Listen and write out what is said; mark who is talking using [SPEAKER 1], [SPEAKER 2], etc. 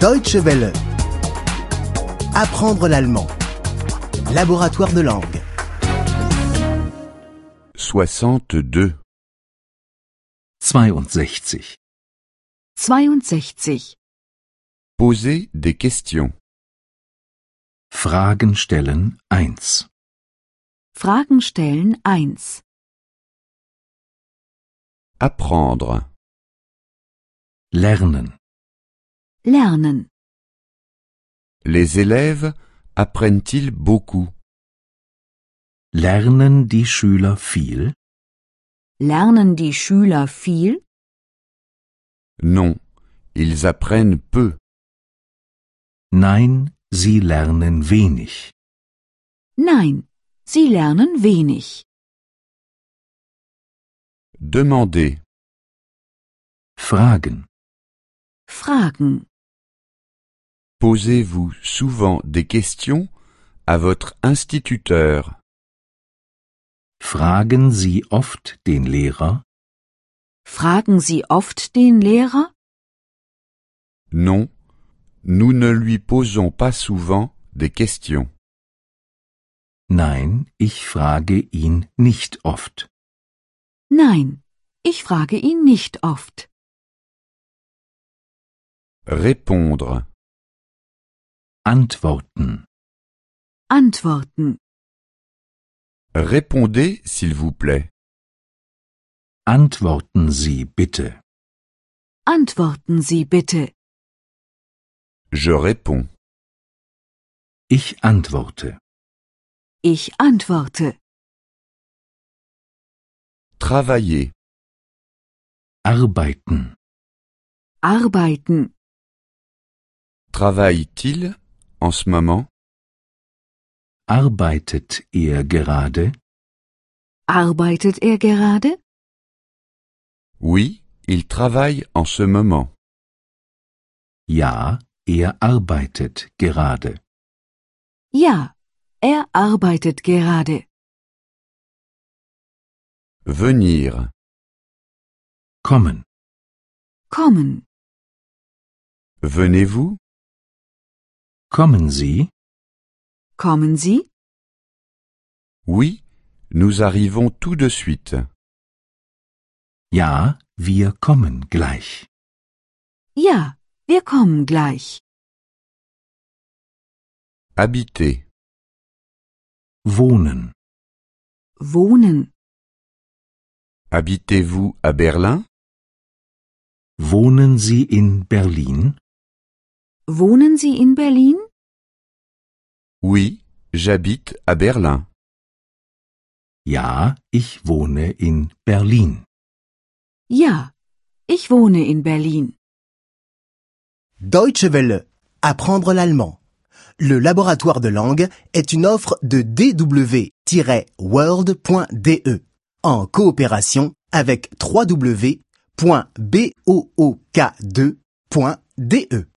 [SPEAKER 1] Deutsche Welle. Apprendre l'allemand. Laboratoire de langue.
[SPEAKER 2] 62.
[SPEAKER 3] 62.
[SPEAKER 4] 62.
[SPEAKER 2] Poser des questions.
[SPEAKER 3] Fragen stellen 1.
[SPEAKER 4] Fragen stellen 1.
[SPEAKER 2] Apprendre.
[SPEAKER 3] Lernen.
[SPEAKER 4] Lernen.
[SPEAKER 2] Les élèves apprennent-ils beaucoup
[SPEAKER 3] Lernen die Schüler viel?
[SPEAKER 4] Lernen die Schüler viel?
[SPEAKER 2] Non, ils apprennent peu.
[SPEAKER 3] Nein, sie lernen wenig.
[SPEAKER 4] Nein, sie lernen wenig.
[SPEAKER 2] Demander.
[SPEAKER 3] Fragen.
[SPEAKER 4] Fragen.
[SPEAKER 2] Posez-vous souvent des questions à votre instituteur.
[SPEAKER 3] Fragen Sie oft den Lehrer?
[SPEAKER 4] Fragen Sie oft den Lehrer?
[SPEAKER 2] Non, nous ne lui posons pas souvent des questions.
[SPEAKER 3] Nein, ich frage ihn nicht oft.
[SPEAKER 4] Nein, ich frage ihn nicht oft.
[SPEAKER 2] Répondre.
[SPEAKER 3] Antworten.
[SPEAKER 4] Antworten.
[SPEAKER 2] Répondez, s'il vous plaît.
[SPEAKER 3] Antworten Sie bitte.
[SPEAKER 4] Antworten Sie bitte.
[SPEAKER 2] Je réponds.
[SPEAKER 3] Ich antworte.
[SPEAKER 4] Ich antworte.
[SPEAKER 2] Travailler.
[SPEAKER 3] Arbeiten.
[SPEAKER 4] Arbeiten.
[SPEAKER 2] Travaille-t-il en ce moment
[SPEAKER 3] Arbeitet er gerade?
[SPEAKER 4] Arbeitet er gerade?
[SPEAKER 2] Oui, il travaille en ce moment.
[SPEAKER 3] Ja, er arbeitet gerade.
[SPEAKER 4] Ja, er arbeitet gerade.
[SPEAKER 2] Venir.
[SPEAKER 3] Kommen.
[SPEAKER 4] Kommen.
[SPEAKER 2] Venez-vous
[SPEAKER 3] Kommen Sie?
[SPEAKER 4] Kommen Sie?
[SPEAKER 2] Oui, nous arrivons tout de suite.
[SPEAKER 3] Ja, wir kommen gleich.
[SPEAKER 4] Ja, wir kommen gleich.
[SPEAKER 2] Habiter.
[SPEAKER 3] Wohnen.
[SPEAKER 4] Wohnen.
[SPEAKER 2] Habitez-vous à Berlin
[SPEAKER 3] Wohnen Sie in Berlin?
[SPEAKER 4] Wohnen Sie in Berlin?
[SPEAKER 2] Oui, j'habite à Berlin.
[SPEAKER 3] Ja, ich wohne in Berlin.
[SPEAKER 4] Ja, ich wohne in Berlin.
[SPEAKER 1] Deutsche Welle. Apprendre l'allemand. Le laboratoire de langue est une offre de dw-world.de E. en coopération avec www.book2.de.